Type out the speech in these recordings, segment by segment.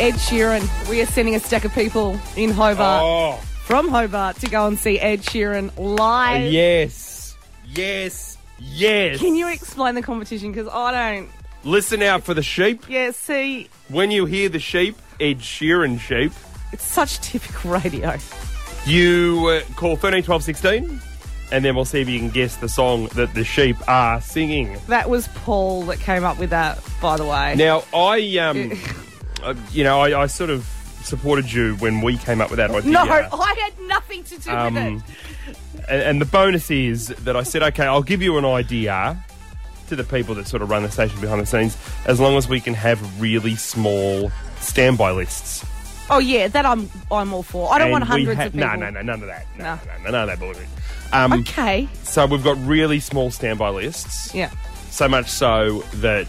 Ed Sheeran. We are sending a stack of people in Hobart Oh, from Hobart to go and see Ed Sheeran live. yes. Yes. Yes. Can you explain the competition? Because I don't. Listen out for the sheep. Yeah, see, When you hear the sheep, Ed Sheeran sheep, it's such typical radio. you uh, call 13 12 16, and then we'll see if you can guess the song that the sheep are singing. That was Paul that came up with that, by the way. Now, I, um, uh, you know, I, I sort of supported you when we came up with that idea. no, I had nothing to do Um, with it. And, and the bonus is that I said, okay, I'll give you an idea to the people that sort of run the station behind the scenes, as long as we can have really small standby lists. Oh yeah, that I'm I'm all for. I don't want And we hundreds ha- of people. No, no, no, none of that. No, No. no, no, none of that bullshit. Um, Okay. So we've got really small standby lists. Yeah. So much so that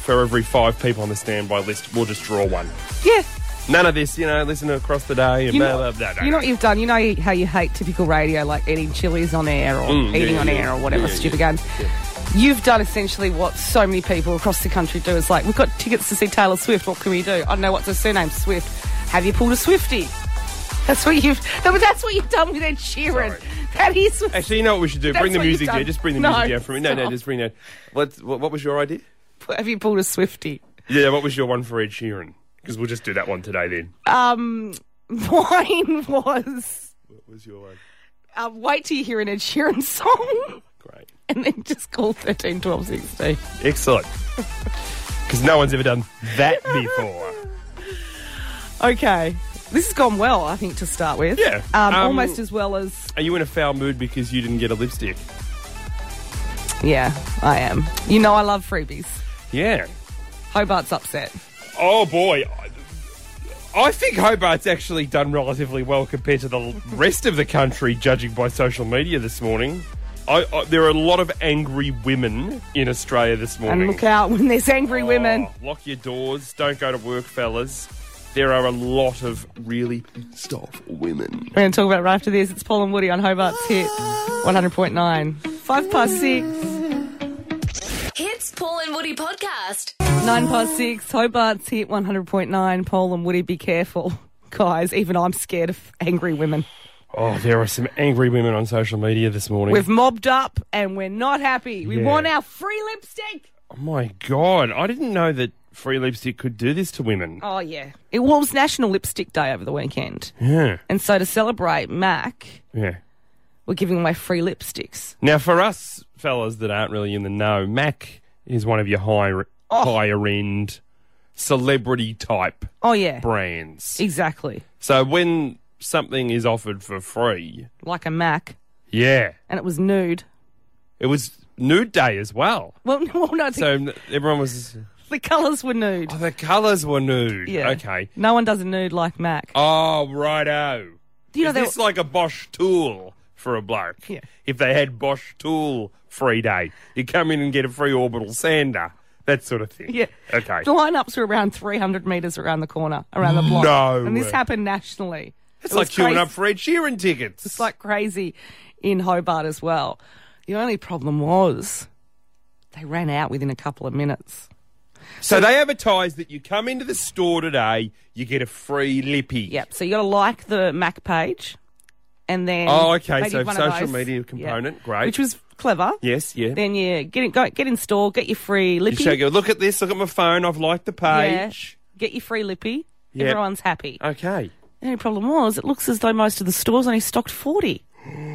for every five people on the standby list, we'll just draw one. Yeah. None of this, you know, listen across the day and You blah, know, blah, blah, blah. you know what you've done. You know how you hate typical radio, like eating chilies on air or Mm, yeah, eating yeah, on yeah. air or whatever Yeah, yeah, stupid yeah. games. You've done essentially what so many people across the country do. It's like we've got tickets to see Taylor Swift. What can we do? I don't know what's her surname. Swift. Have you pulled a Swifty? That's what you've. No, but that's what you've done with Ed Sheeran. Sorry. That is. what- Actually, you know what we should do? That's bring the what you've music done. down. Just bring the No, music down for me. No, no, stop. just bring that. What, what, what was your idea? Have you pulled a Swifty? Yeah, what was your one for Ed Sheeran? Because we'll just do that one today then. Um, mine was. What was your one? Uh, wait till you hear an Ed Sheeran song. Great. and then just call 13 12 16. Excellent. Because no one's ever done that before. Okay. This has gone well, I think, to start with. Yeah. Um, Um, almost as well as. Are you in a foul mood because you didn't get a lipstick? Yeah, I am. You know, I love freebies. Yeah. Hobart's upset. Oh boy. I think Hobart's actually done relatively well compared to the rest of the country, judging by social media this morning. I, I, there are a lot of angry women in Australia this morning. And look out when there's angry women. Oh, lock your doors. Don't go to work, fellas. There are a lot of really pissed off women. We're going to talk about it right after this. It's Paul and Woody on Hobart's hit 100.9. Five past six. Hits Paul and Woody podcast. Nine past six. Hobart's hit 100.9. Paul and Woody, be careful. Guys, even I'm scared of angry women. Oh, there are some angry women on social media this morning. We've mobbed up and we're not happy. We Yeah. want our free lipstick. oh my God. I didn't know that free lipstick could do this to women. Oh yeah, it was National Lipstick Day over the weekend, Yeah. and so to celebrate Mac, Yeah. we're giving away free lipsticks. Now, for us fellas that aren't really in the know, Mac is one of your higher, higher end celebrity type Oh yeah, brands. exactly, So when something is offered for free, like a Mac, yeah, and it was nude. it was nude day as well. Well, no, well, no, the, So n- everyone was. the colours were nude. Oh, the colours were nude. Yeah, Okay. No one does a nude like Mac. Oh, righto. you know, is they this like a Bosch tool for a bloke? Yeah. If they had Bosch tool free day, you come in and get a free orbital sander, that sort of thing. yeah. Okay. The lineups were around 300 metres around the corner, around the block. No And this way. happened nationally. It's like queuing up for Ed Sheeran tickets. It's like crazy in Hobart as well. The only problem was they ran out within a couple of minutes. so they advertise that you come into the store today, you get a free lippy. Yep. So you got to like the Mac page, and then Oh, okay, they did so one of social those. media Yeah. component, great. which was clever. Yes, yeah. Then you get in, go get in store, get your free lippy. so you go, look at this, look at my phone, I've liked the Yeah. page. Get your free lippy. Yeah. Everyone's happy. Okay. The only problem was it looks as though most of the stores only stocked forty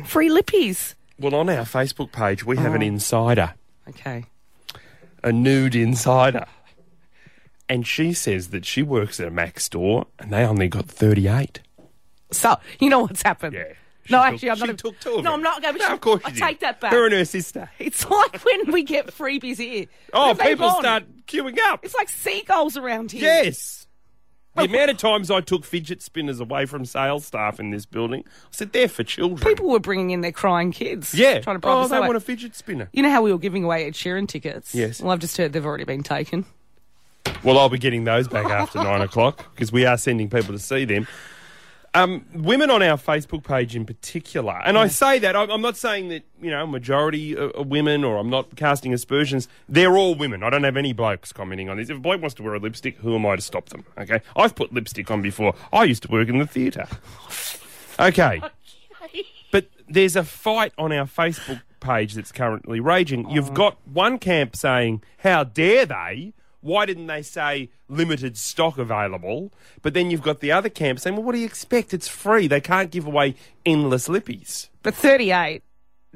free lippies. Well, on our Facebook page, we Oh. have an insider, Okay. a nude insider. And she says that she works at a Mac store and they only got 38. So you know what's happened. Yeah. She No, took- actually, I'm she not. took two of no, them. I'm not going. No, of course I you did. take that back. Her and her sister. It's like when we get freebies here. Oh, Where have they people gone? start queuing up. It's like seagulls around here. Yes. The amount of times I took fidget spinners away from sales staff in this building, I said they're for children. People were bringing in their crying kids. yeah. Trying to bribe oh, us they away. want a fidget spinner. You know how we were giving away Ed Sheeran tickets? Yes. Well, I've just heard they've already been taken. Well, I'll be getting those back after nine o'clock because we are sending people to see them. Um, women on our Facebook page in particular, and I say that I'm I'm not saying that you know majority are are women, or I'm not casting aspersions. They're all women. I don't have any blokes commenting on this. If a bloke wants to wear a lipstick, who am I to stop them? Okay, I've put lipstick on before. I used to work in the theatre. Okay, but there's a fight on our Facebook page that's currently raging. Oh. You've got one camp saying, How dare they? Why didn't they say limited stock available? But then you've got the other camp saying, Well, what do you expect? It's free. They can't give away endless lippies. But 38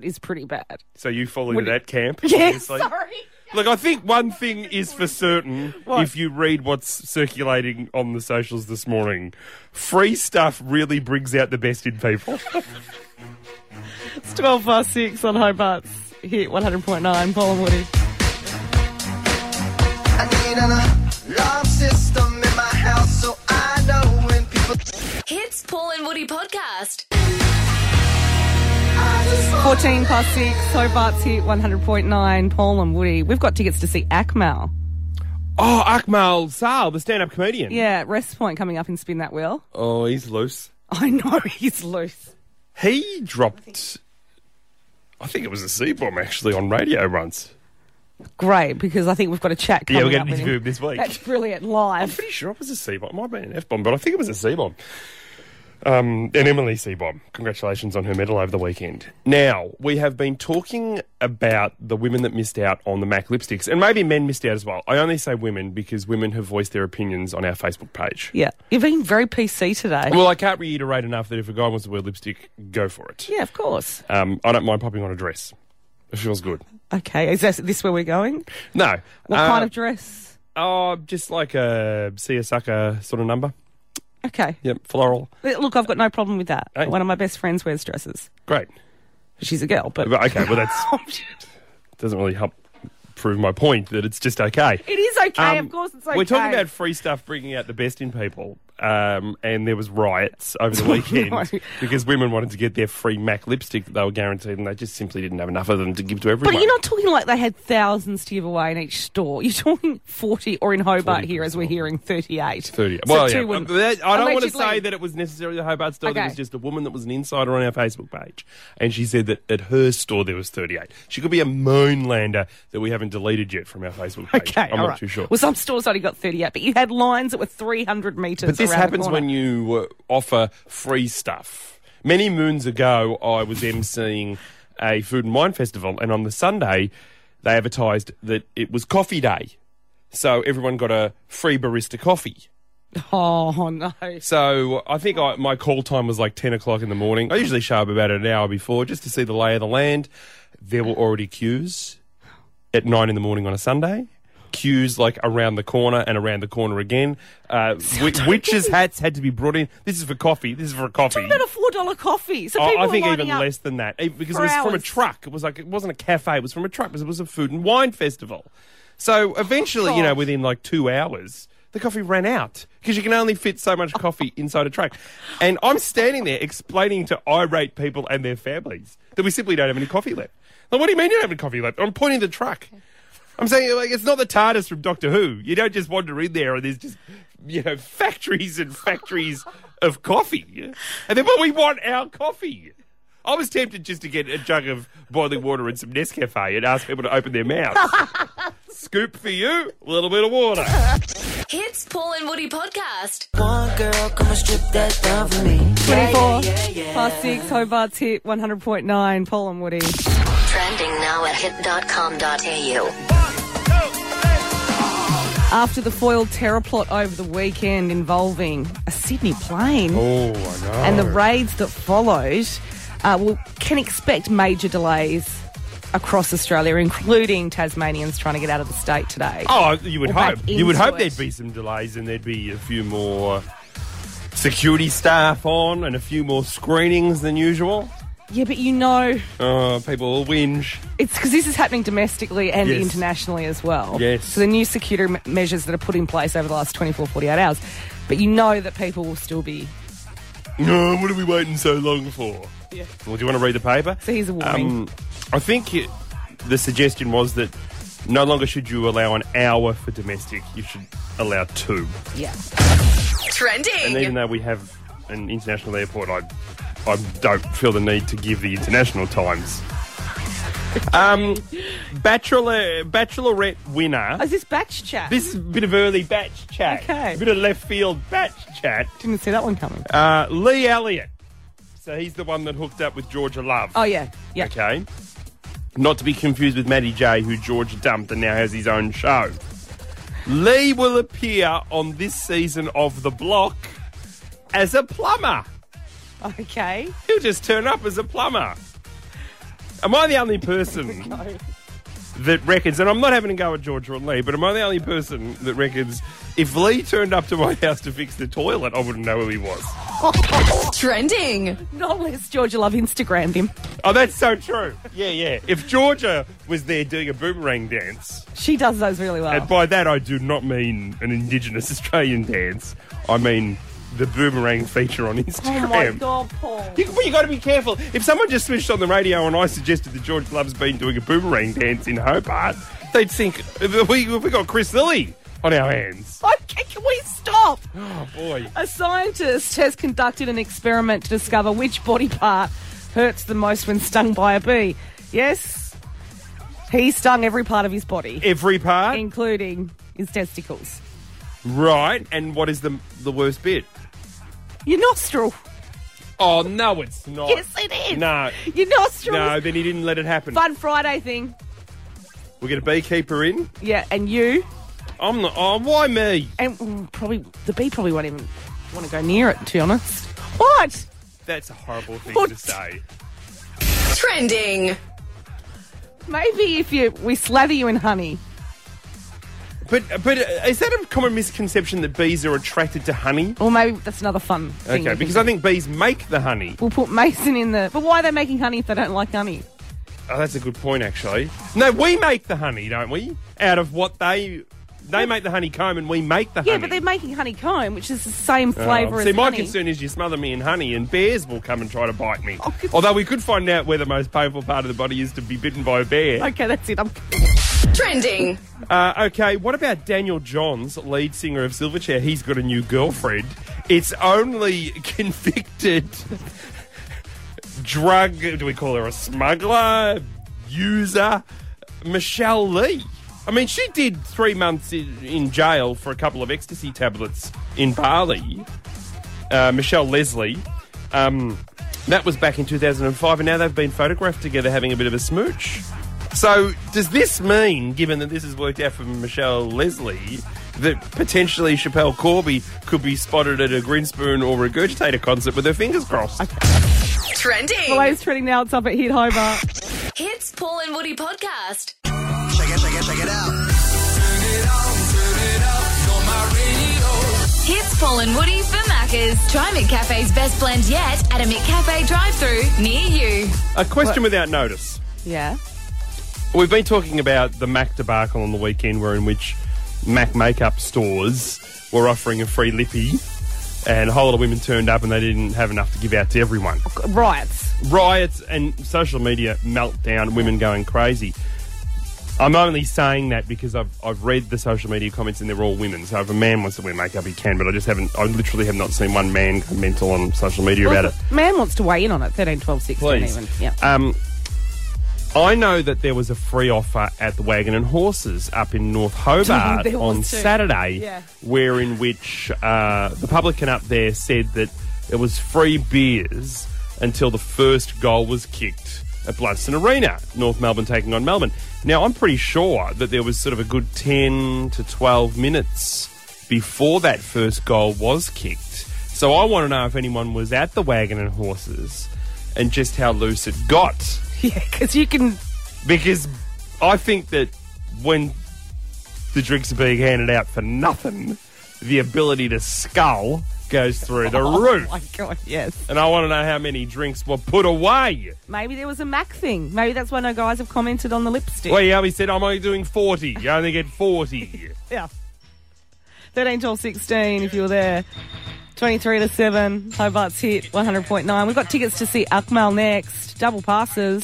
is pretty bad. So you fall into that camp. Yes, obviously. sorry. Look, I think one thing is for certain if you read what's circulating on the socials this morning free stuff really brings out the best in people. It's 12 past 6 on Hobart's hit 100.9, Paul and Woody. I need an alarm system in my house so I know when people. Hits Paul and Woody podcast. 14 past 6, Hobart's hit 100.9, Paul and Woody. We've got tickets to see Akmal. Oh, Akmal Sal, the stand up comedian. Yeah, Rest Point coming up in Spin That Wheel. Oh, he's loose. I know he's loose. He dropped. I think it was a C bomb actually on radio once. Great, because I think we've got a chat coming Yeah, we're going up to with interview him. him this week. That's I'm brilliant, live. pretty sure it was a C bomb. It might have been an F bomb, but I think it was a C bomb. Um, and Emily C bomb. Congratulations on her medal over the weekend. Now we have been talking about the women that missed out on the Mac lipsticks, and maybe men missed out as well. I only say women because women have voiced their opinions on our Facebook page. Yeah, you've been very PC today. Well, I can't reiterate enough that if a guy wants to wear lipstick, go for it. yeah, of course. Um, I don't mind popping on a dress. It feels good. Okay, is this, this where we're going? No. What Uh, kind of dress? Oh, just like a see a sucker sort of number. Okay. Yep, floral. Look, I've got no problem with that. Hey. One of my best friends wears dresses. Great. She's a girl, but But okay, well that's doesn't really help prove my point that it's just okay. it is okay. Um, of course, it's okay. We're talking about free stuff bringing out the best in people, um, and there was riots over the weekend No. because women wanted to get their free Mac lipstick that they were guaranteed, and they just simply didn't have enough of them to give to everyone. But you're not talking like they had thousands to give away in each store. You're talking 40, or in Hobart 40 here, as we're people. hearing, 38. 30. So well, two yeah. women- but that- I don't want to Allegedly. say that it was necessarily the Hobart store. There Okay. was just a woman that was an insider on our Facebook page. And she said that at her store there was 38. She could be a moonlander that we haven't deleted yet from our Facebook page. Okay, I'm all not right. too sure. Well, some stores only got 38, but you had lines that were 300 metres But this around happens the when corner. you uh, offer free stuff. Many moons ago, I was emceeing a food and wine festival, and on the Sunday, they advertised that it was coffee day. So everyone got a free barista coffee. Oh, no. So I think I, my call time was like 10 o'clock in the morning. I usually show up about an hour before just to see the lay of the land. There were already queues at 9 in the morning on a Sunday. Queues like around the corner and around the corner again. Uh, wi- witches' hats had to be brought in. This is for coffee. This is for coffee. Not a $4 coffee. So I, people Oh, I think are lining even up. less than that, even- because it for was from a hours. truck. It was like it wasn't a cafe. It was from a truck. It was a food and wine festival. So eventually, you know, God. within like two hours, the coffee ran out because you can only fit so much coffee inside a truck. And I'm standing there explaining to irate people and their families that we simply don't have any coffee left. Like, what do you mean you don't have any coffee left? I'm pointing to the truck. I'm saying like it's not the TARDIS from Doctor Who. You don't just wander in there and there's just you know factories and factories of coffee. And then, well, we want our coffee. I was tempted just to get a jug of boiling water and some Nescafe and ask people to open their mouths. Scoop for you, a little bit of water. Hits Paul and Woody podcast. One girl, come and strip that down for me. 24 past 6, Hobart's hit 100.9, Paul and Woody. Trending now at hit.com.au. After the foiled terror plot over the weekend involving a Sydney plane Oh, I know. and the raids that followed, uh, will, can expect major delays across Australia, including Tasmanians trying to get out of the state today. oh, you would Or back hope. You would into hope it. there'd be some delays and there'd be a few more security staff on and a few more screenings than usual. Yeah, but you know, Uh, people will whinge. it's because this is happening domestically and Yes. internationally as well. Yes. So the new security me- measures that are put in place over the last 24, 48 hours. But you know that people will still be. No, Uh, what are we waiting so long for? Yeah. Well, do you want to read the paper? So here's a warning. Um, I think it, the suggestion was that no longer should you allow an hour for domestic, you should allow two. Yeah. And even Trending. though we have an international airport, I I don't feel the need to give the international times. Um, bachelor bachelorette winner. Is this batch chat? This is a bit of early batch chat. Okay. A bit of left field batch chat. Didn't see that one coming. Uh, Lee Elliott. So he's the one that hooked up with Georgia Love. oh yeah, yeah. Okay. Not to be confused with Maddie J, who George dumped and now has his own show. Lee will appear on this season of The Block as a plumber. Okay. He'll just turn up as a plumber. Am I the only person that reckons, and I'm not having a go at George or Lee, but am I the only person that reckons if Lee turned up to my house to fix the toilet, I wouldn't know who he was? Trending. Not unless Georgia Love Instagrammed him. Oh, that's so true. Yeah, yeah. If Georgia was there doing a boomerang dance, She does those really well. And by that, I do not mean an Indigenous Australian dance. I mean the boomerang feature on Instagram. oh my god, Paul. You, but you got to be careful. If someone just switched on the radio and I suggested that George Love's been doing a boomerang dance in Hobart, they'd think "Have we have we got Chris Lilly on our hands. Okay, can we stop? Oh boy. A scientist has conducted an experiment to discover which body part hurts the most when stung by a bee. Yes, he stung every part of his body, Every part, including his testicles. right? And what is the the worst bit? Your nostril. Oh no, it's not. Yes, it is. No, Your nostril. no. Then he didn't let it happen. Fun Friday thing. We'll get a beekeeper in. Yeah, and you I'm not. Oh, why me? and mm, probably the bee probably won't even want to go near it. To be honest, what? That's a horrible thing What? to say. Trending. Maybe if you we slather you in honey. But but uh, is that a common misconception that bees are attracted to honey? Or maybe that's another fun thing. Okay, to think because I of. think bees make the honey. we'll put Mason in the. But why are they making honey if they don't like honey? Oh, that's a good point, actually. No, we make the honey, don't we? Out of what they they make the honeycomb, and we make the Yeah, honey. but they're making honeycomb, which is the same Oh, flavour as See, my honey. concern is you smother me in honey, and bears will come and try to bite me. Oh, good. Although we could find out where the most painful part of the body is to be bitten by a bear. Okay, that's it. I'm, Trending. Uh, okay, what about Daniel Johns, lead singer of Silverchair? He's got a new girlfriend. It's only convicted drug, do we call her a smuggler, user, Michelle Lee. I mean, she did three months in, in jail for a couple of ecstasy tablets in Bali. Uh, Michelle Leslie. Um, that was back in 2005, and now they've been photographed together having a bit of a smooch. So, does this mean, given that this has worked out for Michelle Leslie, that potentially Chappelle Corby could be spotted at a Grinspoon or Regurgitator concert with her fingers crossed? Trending. always trending now. It's up at Hit Hobart. Hits Paul and Woody podcast. Check it, check it, check it out. Hits Paul and Woody for Maccas. Try McCafe's best blend yet at a McCafe drive through near you. A question without notice. Yeah. We've been talking about the Mac debacle on the weekend, where in which Mac makeup stores were offering a free lippy, and a whole lot of women turned up and they didn't have enough to give out to everyone. Riots. riots and social media meltdown, women going crazy. I'm only saying that because I've, I've read the social media comments and they're all women. So if a man wants to wear makeup, he can. But I just haven't, I literally have not seen one man go mental on social media about it. Man wants to weigh in on it. 13, 12, 16 Please. even. Yeah. Um, I know that there was a free offer at the Wagon and Horses up in North Hobart There was on too. Saturday, Yeah. where in which uh, the publican up there said that it was free beers until the first goal was kicked at Blunston Arena, North Melbourne taking on Melbourne. Now, I'm pretty sure that there was sort of a good 10 to 12 minutes before that first goal was kicked. So I want to know if anyone was at the Wagon and Horses and just how loose it got Yeah, because you can. because I think that when the drinks are being handed out for nothing, the ability to scull goes through the roof. Oh, My God, yes. And I want to know how many drinks were put away. Maybe there was a Mac thing. Maybe that's why no guys have commented on the lipstick. Well, yeah, he said, I'm only doing 40. You only get 40. Yeah. 13, 12, 16, if you were there. 23 to 7, Hobart's hit, 100.9. We've got tickets to see Akmal next. Double passes.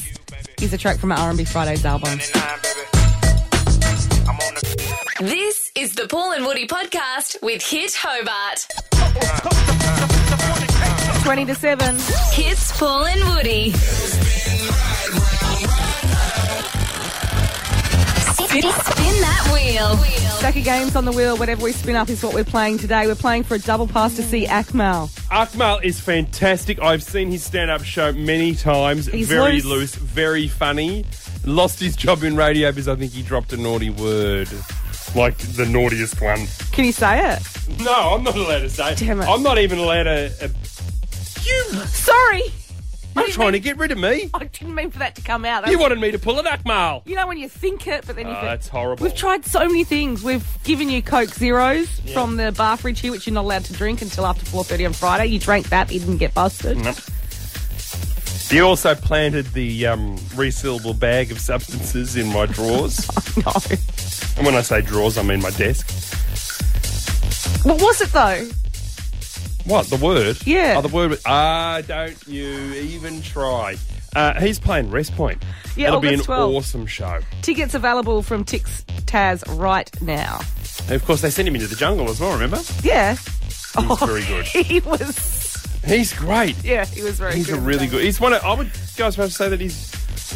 Here's a track from our R&B Fridays album. This is the Paul and Woody podcast with Hit Hobart. 20 to 7. Hits Paul and Woody. Spin that wheel. Stack of games on the wheel. Whatever we spin up is what we're playing today. We're playing for a double pass to see Akmal. Akmal is fantastic. I've seen his stand up show many times. He's very loose. loose. very funny. Lost his job in radio because I think he dropped a naughty word. Like the naughtiest one. Can you say it? No, I'm not allowed to say. Damn it. I'm not even allowed to. Uh, you, Sorry! you're trying to get rid of me. I didn't mean for that to come out. That's- You wanted me to pull an Akmal. You know when you think it, but then you Oh, think. that's horrible. We've tried so many things. We've given you Coke Zeros from the bar fridge here, which you're not allowed to drink until after 4.30 on Friday. You drank that, you didn't get busted. You also planted the um, resealable bag of substances in my drawers. No. and when I say drawers, I mean my desk. What was it, though? What, the word? Yeah. Oh, the word. was- Ah, don't you even try. Uh, he's playing Rest Point. Yeah, It'll be an August 12. awesome show. Tickets available from Tix Taz right now. And of course, they sent him into the jungle as well, remember? Yeah. He's Oh. very good. He was, He's great. yeah, he was very He's good. a really good. He's one. Of, I would go as far as to say that he's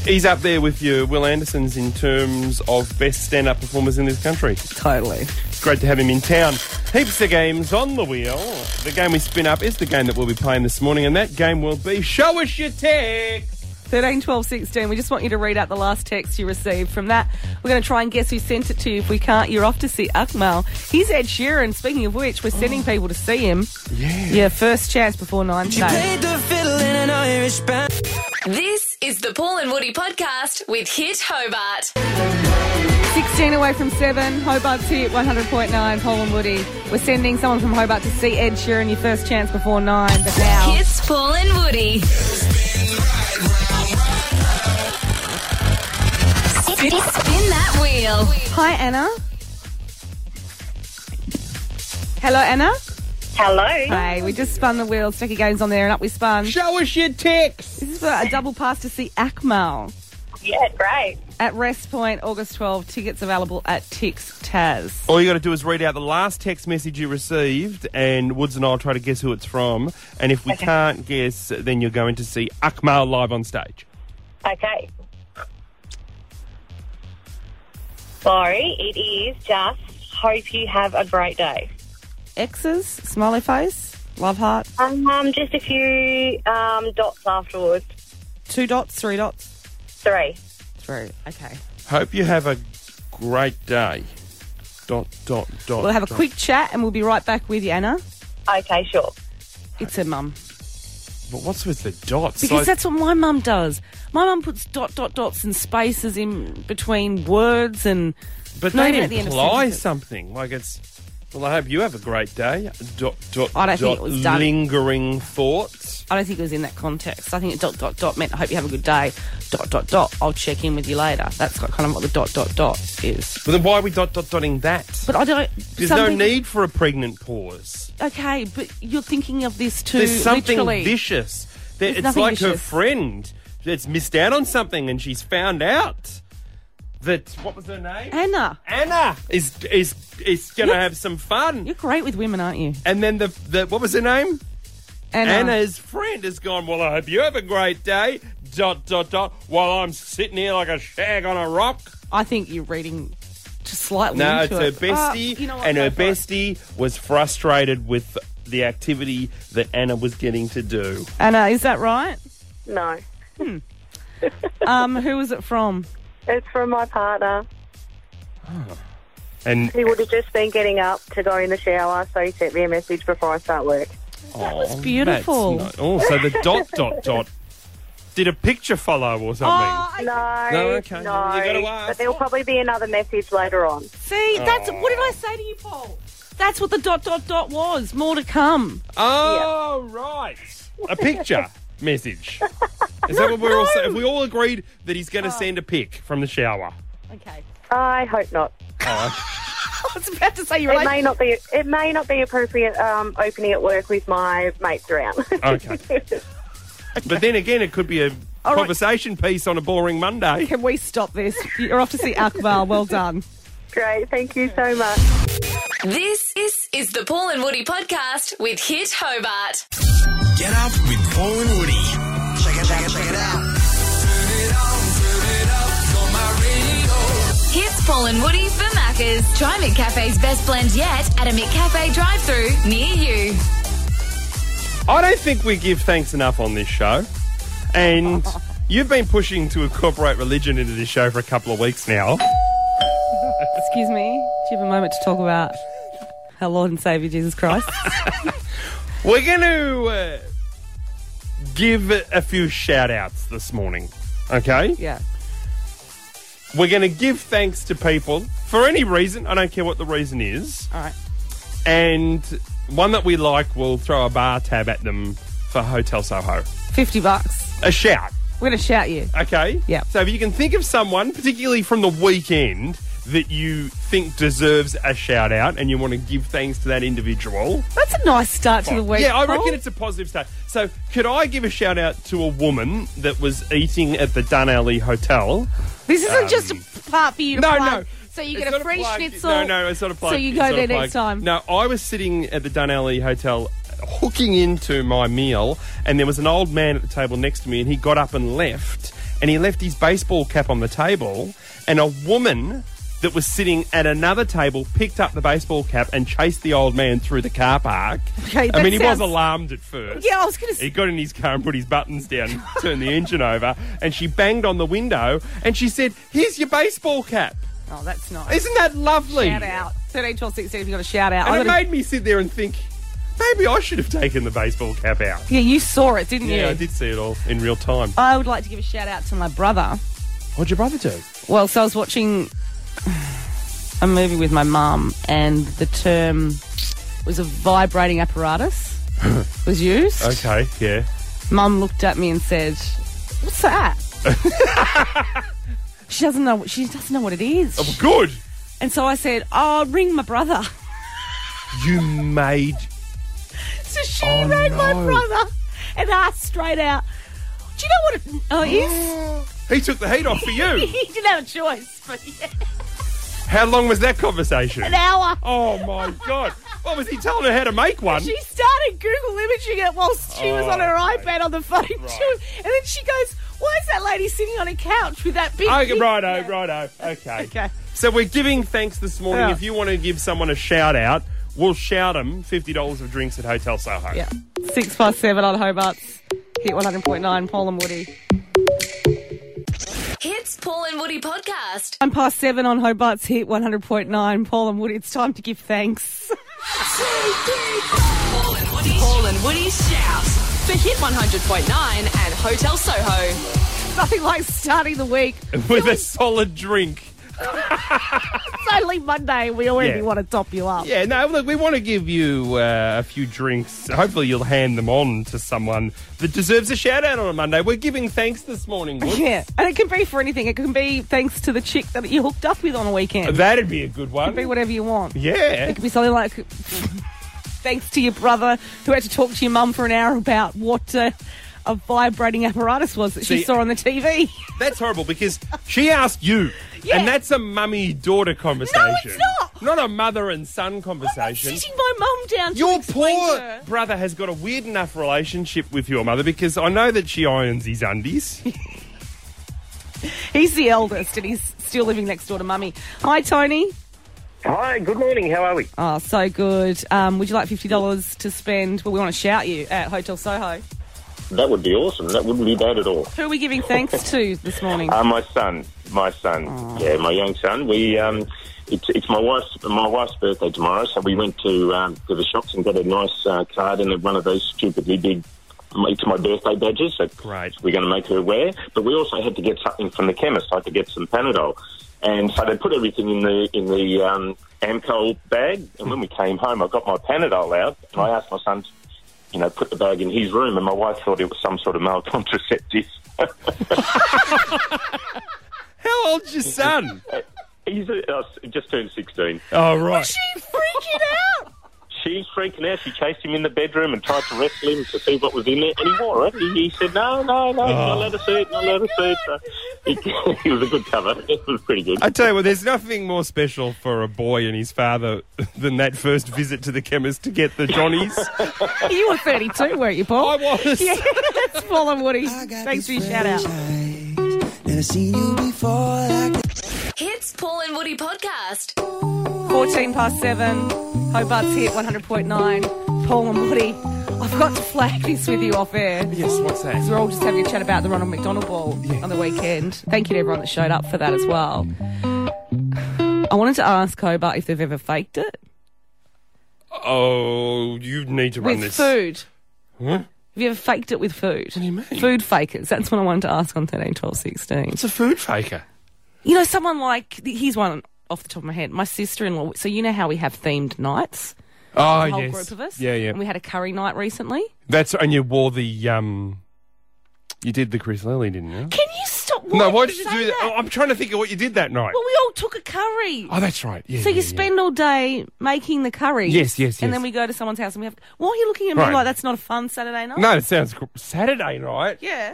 he's up there with your Will Andersons in terms of best stand-up performers in this country. Totally. It's great to have him in town. Heaps of games on the wheel. The game we spin up is the game that we'll be playing this morning, and that game will be Show Us Your Text. 13, 12, 16. We just want you to read out the last text you received. From that, we're going to try and guess who sent it to you. If we can't, you're off to see Akmal. He's Ed Sheeran. Speaking of which, we're sending people to see him. Yeah. Yeah, first chance before nine today. Played the fiddle in an Irish band. This is the Paul and Woody podcast with Hit Hobart. 16 away from 7. Hobart's here at 100.9. Paul and Woody. We're sending someone from Hobart to see Ed Sheeran. Your first chance before nine. But now. Hits Paul and Woody. Spin that wheel. Hi, Anna. Hello, Anna. Hello. Hey, we just spun the wheel. Sticky games on there and up we spun. Show Us Your Text. This is for a double pass to see Akmal. Yeah, great. At Rest Point, August 12, tickets available at Tix Taz. All you got to do is read out the last text message you received, and Woods and I'll try to guess who it's from. And if we can't guess, then you're going to see Akmal live on stage. Okay. Sorry, it is just hope you have a great day. X's, smiley face, love heart, Um, um, just a few um, dots afterwards. two dots, three dots, Three. through. Okay. Hope you have a great day. Dot dot dot. We'll have a dot. quick chat and we'll be right back with you, Anna. Okay, sure. It's her mum. But what's with the dots? Because Like- that's what my mum does. My mum puts dot, dot, dots and spaces in between words and. But Not that even at the end of implies sentences. something. Like it's. Well, I hope you have a great day. Dot dot. I don't think dot, it was done. Lingering thoughts. I don't think it was in that context. I think it dot, dot, dot meant I hope you have a good day. Dot, dot, dot. I'll check in with you later. That's kind of what the dot, dot, dot is. But then why are we dot dot dotting that? But I don't. There's some no people- need for a pregnant pause. Okay, but you're thinking of this too. There's something literally. vicious. There- There's it's nothing like her vicious. friend that's missed out on something and she's found out that what was her name? Anna, Anna is is is gonna You're- have some fun. you're great with women, aren't you? And then the, the what was her name? Anna, Anna's friend has gone, Well, I hope you have a great day. Dot, dot, dot. While I'm sitting here like a shag on a rock. I think you're reading just slightly. No, it's into her it. Ah, bestie. you know what, and her go for it. bestie was frustrated with the activity that Anna was getting to do. Anna, is that right? No. Um, who was it from? It's from my partner. And He would have just been getting up to go in the shower, so he sent me a message before I start work. that was beautiful. oh, so the dot, dot, dot. Did a picture follow or something? Oh, I- No. No, okay. You gotta ask. But there'll probably be another message later on. see, that's Oh. what did I say to you, Paul? That's what the dot dot dot was. More to come. Oh, right. A picture message. Is that what we're all saying? Have we all agreed that he's Uh. going to send a pic from the shower? Okay, I hope not. I was about to say you're It like may not be. It may not be appropriate um, opening at work with my mates around. Okay. but then again, it could be a right. conversation piece on a boring Monday. Can we stop this? You're off to see Akbar. Well done. Great. Thank you so much. This is, is the Paul and Woody podcast with Hit Hobart. Get up with Paul and Woody. Check it, check it, check it out. Hits Paul and Woody for Maccas. Try McCafe's best blend yet at a McCafe drive through near you. I don't think we give thanks enough on this show. And you've been pushing to incorporate religion into this show for a couple of weeks now. Excuse me. Do you have a moment to talk about our Lord and Savior Jesus Christ? We're going to uh, give a few shout outs this morning. Okay? yeah. We're going to give thanks to people for any reason. I don't care what the reason is. All right. And one that we like, we'll throw a bar tab at them for Hotel Soho. 50 bucks. A shout. We're going to shout you. Okay? Yeah. So if you can think of someone, particularly from the weekend, that you think deserves a shout out and you want to give thanks to that individual. That's a nice start to the week. yeah, I Paul. reckon it's a positive start. So could I give a shout out to a woman that was eating at the Dun Alley Hotel? This isn't just a part for you to Um, No, plug. no. So you It's get not a free plug. schnitzel. No, no, it's not a plug. So you It's go not a there plug. next time. No, I was sitting at the Dun Alley Hotel hooking into my meal, and there was an old man at the table next to me, and he got up and left, and he left his baseball cap on the table, and a woman that was sitting at another table picked up the baseball cap and chased the old man through the car park. Okay, I that mean, he was sounds- alarmed at first. Yeah, I was going to He say. got in his car and put his buttons down, turned the engine over, and she banged on the window and she said, Here's your baseball cap. Oh, that's nice. Isn't that lovely? Shout out. 13, 12, 16 if you got a shout out. And I it got a- made me sit there and think, maybe I should have taken the baseball cap out. yeah, you saw it, didn't you? I did see it all in real time. I would like to give a shout out to my brother. What'd your brother do? Well, so I was watching a movie with my mum, and the term was a vibrating apparatus was used. Okay, yeah. Mum looked at me and said, "What's that?" she doesn't know. She doesn't know what it is. Oh, Good. And so I said, "Oh, I'll ring my brother." You made. So she rang my Oh, no. brother and asked straight out, "Do you know what it uh, is?" He took the heat off for you. he didn't have a choice, but yeah, How long was that conversation? an hour. Oh my god. What was he telling her how to make one? She started Google imaging it whilst she was on her Oh, iPad on the phone too, and then she goes, "Why is that lady sitting on a couch with that big?" Okay, big- righto, Yeah. righto. Okay. Okay. So we're giving thanks this morning. Yeah. If you want to give someone a shout out, we'll shout them $50 of drinks at Hotel Soho. Yeah. Six past seven on Hobart's hit one hundred point nine. Paul and Woody. Hits Paul and Woody podcast. One past seven on Hobart's hit one hundred point nine. Paul and Woody. It's time to give thanks. Paul and Woody, Paul and Woody shout for Hit 100.9 and Hotel Soho. Nothing like starting the week. With a solid drink. It's only Monday. We already Yeah. want to top you up. Yeah, no, look, we want to give you uh, a few drinks. Hopefully, you'll hand them on to someone that deserves a shout out on a Monday. We're giving thanks this morning. Wood. Yeah, and it can be for anything. It can be thanks to the chick that you hooked up with on a weekend. It Oh, That'd be a good can be one. whatever you want. Yeah. It could be something like thanks to your brother who had to talk to your mum for an hour about what uh, a vibrating apparatus was that she See- saw on the TV. That's horrible because she asked you. Yeah. And that's a mummy daughter conversation. not. Oh, Not a mother and son conversation. Sitting my mum down. to Your explain to poor her. brother has got a weird enough relationship with your mother because I know that she irons his undies. He's the eldest and he's still living next door to mummy. Hi, Tony. Hi, good morning. How are we? Oh, so good. Um, would you like $50 to spend? Well, we want to shout you at Hotel Soho. That would be awesome. That wouldn't be bad at all. Who are we giving thanks to this morning? Uh, my son, my son, yeah, my young son. We, um, it's, it's my wife's my wife's birthday tomorrow, so we went to um, to the shops and got a nice uh, card and one of those stupidly big. It's my birthday badges that Great. we're going to make her wear. But we also had to get something from the chemist. I had to get some Panadol, and so they put everything in the in the um, Amco bag. And when we came home, I got my Panadol out, and I asked my son, to, you know, put the bag in his room, and my wife thought it was some sort of male contraceptive. How old's your son? He's uh, oh, just turned 16. Oh, right. She freaking out. she was freaking out. She chased him in the bedroom and tried to wrestle him to see what was in there, and he wore it. He, he said, "No, no, no, not allowed to see it, not allowed to see it." So it, it was a good cover. It was pretty good. I tell you what, there's nothing more special for a boy and his father than that first visit to the chemist to get the Johnnies. You were 32, weren't you, Paul? I was. Yeah, that's Paul and Woody. Thanks for your shout out. Never seen you before like Hits Paul and Woody podcast. 14 past 7. Hobart's hit 100.9. Paul and Woody. I've got to flag this with you off air. Yes, what's that? We're all just having a chat about the Ronald McDonald Ball on the weekend. Thank you to everyone that showed up for that as well. I wanted to ask Hobart if they've ever faked it Oh, you need to run with this. food. Huh? Have you ever faked it with food? What do you mean? Food fakers. That's what I wanted to ask on 13, 12, 16. It's a food faker. You know, someone like, here's one off the top of my head. My sister in law. So, you know how we have themed nights? Oh, The whole yes. group of us? Yeah, yeah. And we had a curry night recently. That's and you wore the um. You did the Chris Lilly, didn't you? Can you stop? Why no, why did did you say do that? Oh, I'm trying to think of what you did that night. well, we all took a curry. oh, that's right. Yeah. so yeah, you yeah. spend all day making the curry. Yes, yes, And yes. then we go to someone's house and we have. Why are you looking at me Right. like that's not a fun Saturday night? No, it sounds cr- Saturday night. Yeah.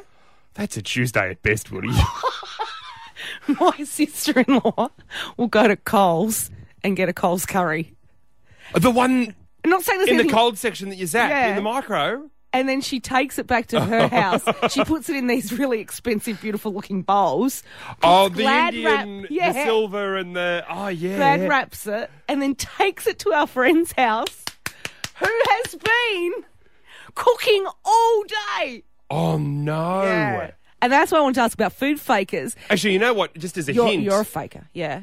That's a Tuesday at best, Woody. My sister in law will go to Coles and get a Coles curry. the one I'm not saying there's in the anything- cold section that you zapped Yeah. in the micro. and then she takes it back to her house. She puts it in these really expensive, beautiful looking bowls. Oh, the Glad wrap. Indian, Yeah. the silver, and the oh yeah. Brad wraps it and then takes it to our friend's house, who has been cooking all day. Oh no. And that's why I want to ask about food fakers. Actually, you know what? Just as a You're, hint, you're a faker, yeah.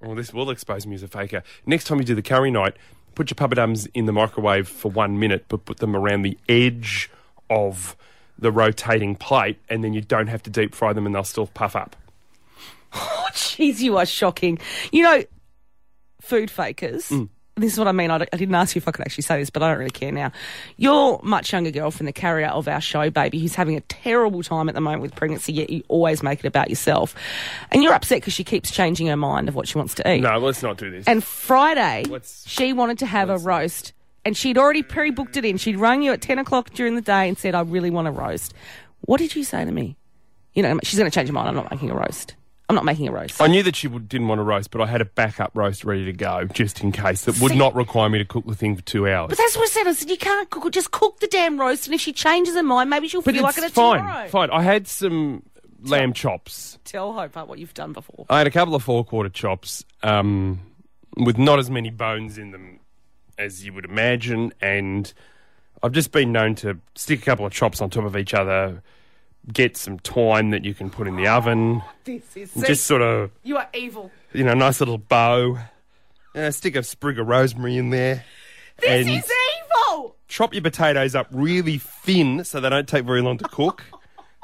well, this will expose me as a faker. Next time you do the curry night, put your papadums in the microwave for one minute, but put them around the edge of the rotating plate, and then you don't have to deep fry them, and they'll still puff up. Oh, jeez, you are shocking. You know, food fakers. Mm. This is what I mean. I, d- I didn't ask you if I could actually say this, but I don't really care now. Your much younger girlfriend, the carrier of our show, baby, who's having a terrible time at the moment with pregnancy, yet you always make it about yourself. And you're upset because she keeps changing her mind of what she wants to eat. No, let's not do this. And Friday, Let's- she wanted to have a roast, and she'd already pre booked it in. She'd rung you at 10 o'clock during the day and said, I really want a roast. What did you say to me? You know, she's going to change her mind. I'm not making a roast. I'm not making a roast. I knew that she would, didn't want to roast, but I had a backup roast ready to go just in case that would See- not require me to cook the thing for two hours. But that's what I said. I said you can't cook it. Just cook the damn roast, and if she changes her mind, maybe she'll But feel it's like it fine, tomorrow. fine. I had some lamb chops. Tell Hobart what you've done before. I had a couple of four quarter chops um, with not as many bones in them as you would imagine, and I've just been known to stick a couple of chops on top of each other, get some twine that you can put in the oven, This is just sort of you are evil. you know, nice little bow, uh, stick a sprig of rosemary in there. and This is evil. chop your potatoes up really thin so they don't take very long to cook.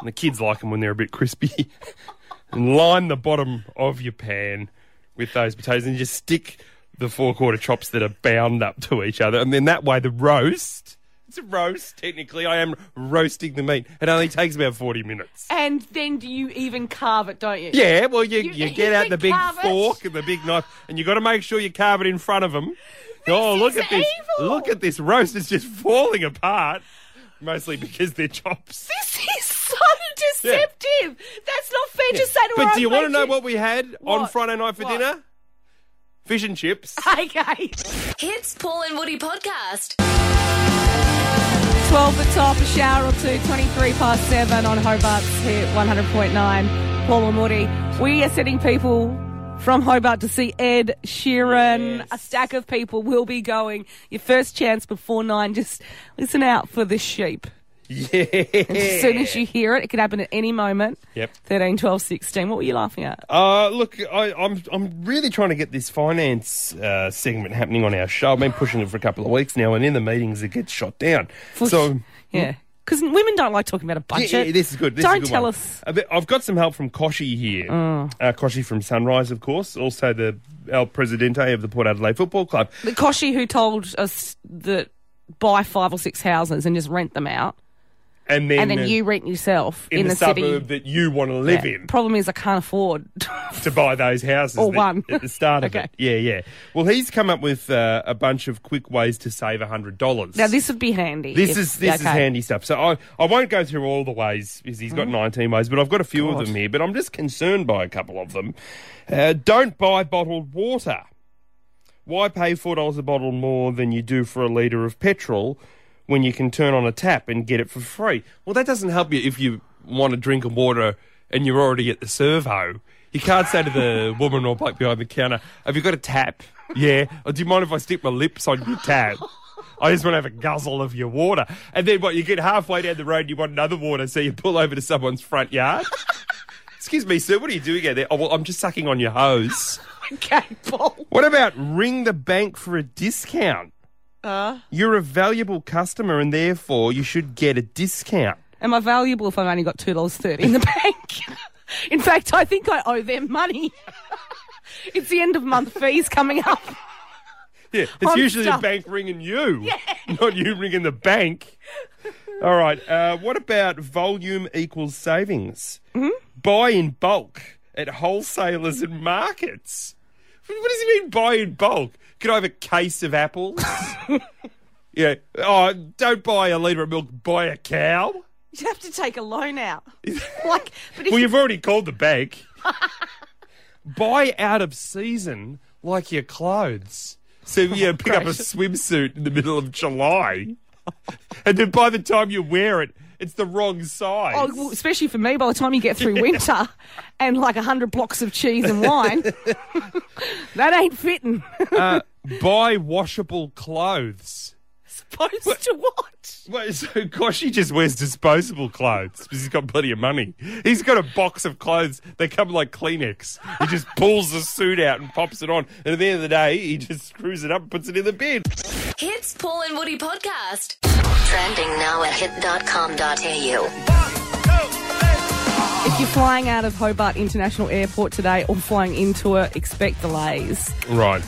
and the kids like them when they're a bit crispy. and line the bottom of your pan with those potatoes and just stick the four quarter chops that are bound up to each other. And then that way, the roast. It's a roast, technically. I am roasting the meat. It only takes about 40 minutes. And then do you even carve it? Don't you? Yeah, well, you, You- you, you get out can the big carve it. fork and the big knife, and you got to make sure you carve it in front of them. oh, look is at this! evil. Look at this roast; it's just falling apart, mostly because they're chops. This is so Yeah. deceptive. That's not fair to say to her. But do you want want to know what we had on What? Friday night for What? dinner? Fish and chips. Okay. Hits Paul and Woody podcast. 12 for top, a shower or two, 23 past 7 on Hobart's hit 100.9. Paul and Woody. We are sending people from Hobart to see Ed Sheeran. A stack of people will be going. Your first chance before 9, just listen out for the sheep. As soon as you hear it, it could happen at any moment. Yep. 13, 12, 16. What were you laughing at? Uh, look, I, I'm I'm really trying to get this finance uh, segment happening on our show. I've been pushing it for a couple of weeks now, and in the meetings it gets shot down. so yeah. Because women don't like talking about a budget. Yeah, yeah, this is good. This is a don't good tell one. us. Oh. A bit- I've got some help from Koshi here. Uh, Koshi from Sunrise, of course. Also the El Presidente of the Port Adelaide Football Club. The Koshi who told us that buy five or six houses and just rent them out. and then, uh, and then you rent yourself in, in, the, city. suburb that you want to live Yeah. in Problem is, I can't afford. to buy those houses Or that- one. at the start of Okay. it. Yeah, yeah. Well, he's come up with uh, a bunch of quick ways to save hundred dollars. now this would be handy. This if- is this is okay. Mm-hmm. handy stuff. So I, I won't go through all the ways because he's got 19 ways, but I've got a few of them here. But I'm just concerned by a couple of them. Uh, don't buy bottled water. Why pay four dollars a bottle more than you do for a liter of petrol when you can turn on a tap and get it for free? Well, that doesn't help you if you want a drink of water and you're already at the servo. You can't say to the woman or bloke behind the counter, "Have you got a tap?" Yeah. Or do you mind if I stick my lips on your tap? I just want to have a guzzle of your water. And then what? You get halfway down the road, and you want another water, so you pull over to someone's front yard. Excuse me, sir. What are you doing out there? Oh, well, I'm just sucking on your hose. Okay, Paul. What about ring the bank for a discount? You're a valuable customer and therefore you should get a discount. Am I valuable if I've only got two dollars thirty in the bank? in fact, I think I owe them money. it's the end of month fees coming up. Yeah, it's I'm usually stuck. the bank ringing you, not you ringing the bank. All right, uh, what about volume equals savings? Mm-hmm. Buy in bulk at wholesalers and markets. What does he mean buy in bulk? Could I have a case of apples? yeah. Oh, don't buy a litre of milk, buy a cow. You'd have to take a loan out. like, but if Well, you've already called the bank. Buy out of season like your clothes. Oh, So you know, pick up a swimsuit in the middle of July, and then by the time you wear it, it's the wrong size. Oh, well, especially for me, by the time you get through winter and like 100 blocks of cheese and wine, that ain't fitting. Buy washable clothes. Supposed to what? Wait, so gosh, he just wears disposable clothes because he's got plenty of money. He's got a box of clothes. They come like Kleenex. He just pulls the suit out and pops it on. And at the end of the day, he just screws it up and puts it in the bin. Hits Paul and Woody podcast. Trending now at hit.com.au. Oh If you're flying out of Hobart International Airport today or flying into it, expect delays. Right.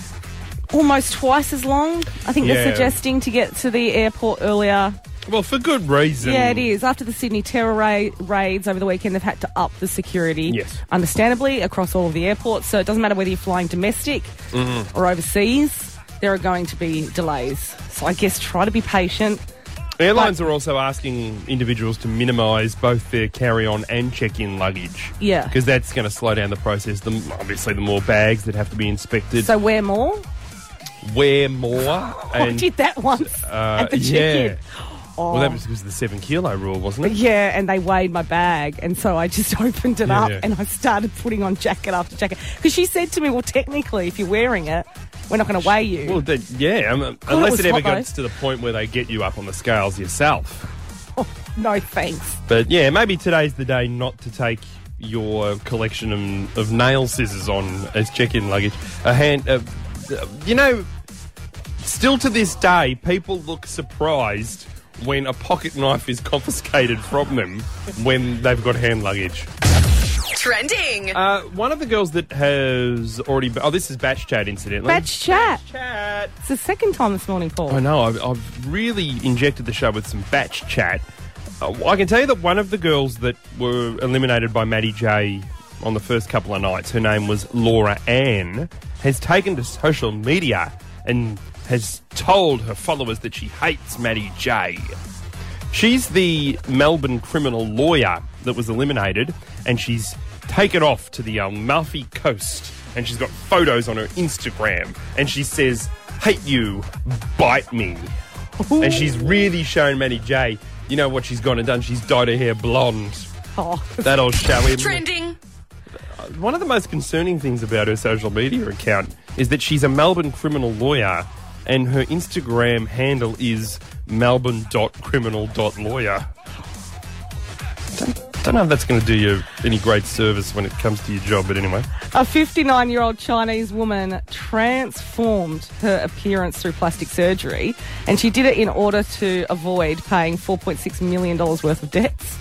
Almost twice as long. I think they're Yeah. suggesting to get to the airport earlier. Well, for good reason. Yeah, it is. After the Sydney terror ra- raids over the weekend, they've had to up the security. Yes. Understandably, across all of the airports. So it doesn't matter whether you're flying domestic Mm-hmm. or overseas, there are going to be delays. So I guess try to be patient. Airlines are also asking individuals to minimise both their carry-on and check-in luggage. Yeah. because that's going to slow down the process. The, obviously, the more bags that have to be inspected, So Oh, wear more. wear more. I And uh, did that once at the yeah. check-in. Oh. well, that was because of the seven kilo rule, wasn't it? Yeah, and they weighed my bag, and so I just opened it Yeah, up yeah. and I started putting on jacket after jacket. Because she said to me, "Well, technically, if you're wearing it, we're not going to weigh you." Well, that, yeah. um, unless was it ever hot, though. gets to the point where they get you up on the scales yourself. no thanks. But yeah, maybe today's the day not to take your collection of, of nail scissors on as check-in luggage. A hand, uh, you know, still to this day, people look surprised when a pocket knife is confiscated from them when they've got hand luggage. Trending. Uh, one of the girls that has already, oh, this is batch chat incidentally. Badge chat. chat. It's the second time this morning, Paul. I know. I've, I've really injected the show with some batch chat. Uh, I can tell you that one of the girls that were eliminated by Maddie J on the first couple of nights, her name was Laura Ann, has taken to social media and has told her followers that she hates Maddie J. She's the Melbourne criminal lawyer that was eliminated, and she's taken off to the Amalfi Coast, and she's got photos on her Instagram, and she says, "Hate you, bite me," and she's really shown Manny J. You know what she's gone and done? She's dyed her hair blonde. Oh, That old showy. Trending. One of the most concerning things about her social media account is that she's a Melbourne criminal lawyer, and her Instagram handle is melbourne.criminal.lawyer. Don't, don't know if that's going to do you any great service when it comes to your job, but anyway. a 59 year old Chinese woman transformed her appearance through plastic surgery, and she did it in order to avoid paying $4.6 million worth of debts.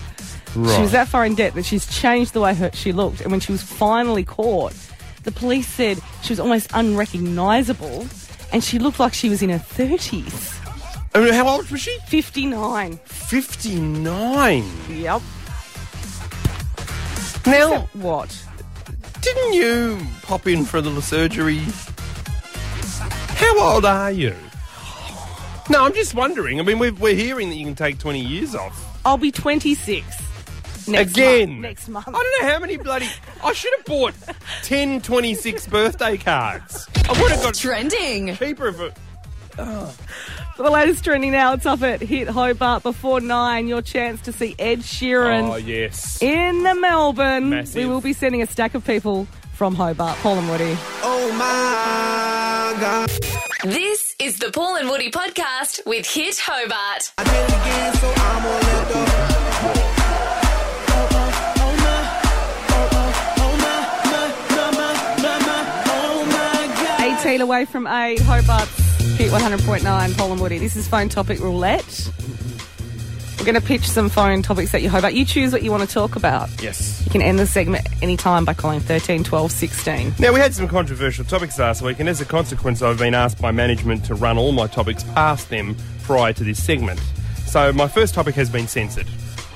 She was that far in debt that she's changed the way her, she looked, and when she was finally caught, the police said she was almost unrecognizable and she looked like she was in her 30s. I mean, how old was she? 59. 59. Yep. Now, What? didn't you pop in for a little surgery? How old are you? No, I'm just wondering. I mean, we've, we're hearing that you can take 20 years off. I'll be 26. Next Again. Oh, Month. Next month. I don't know how many bloody. I should have bought 10 26 birthday cards. I would have got Trending. cheaper if it. For the latest trending now, it's up at Hit Hobart before nine. Your chance to see Ed Sheeran Oh, yes. in the Melbourne. Massive. We will be sending a stack of people from Hobart. Paul and Woody. Oh my God. This is the Paul and Woody podcast with Hit Hobart. I did it again, so I'm gonna let go. Oh, oh, oh my. Oh, oh, oh my, my, my, my, my, my. Oh my God. 18 away from A, Hobart's Hit 100.9, Paul and Woody. This is Phone Topic Roulette. We're going to pitch some phone topics at you, Hobart. You choose what you want to talk about. Yes. You can end the segment anytime by calling 13 12 16. Now, we had some controversial topics last week, and as a consequence, I've been asked by management to run all my topics past them prior to this segment. So, my first topic has been censored,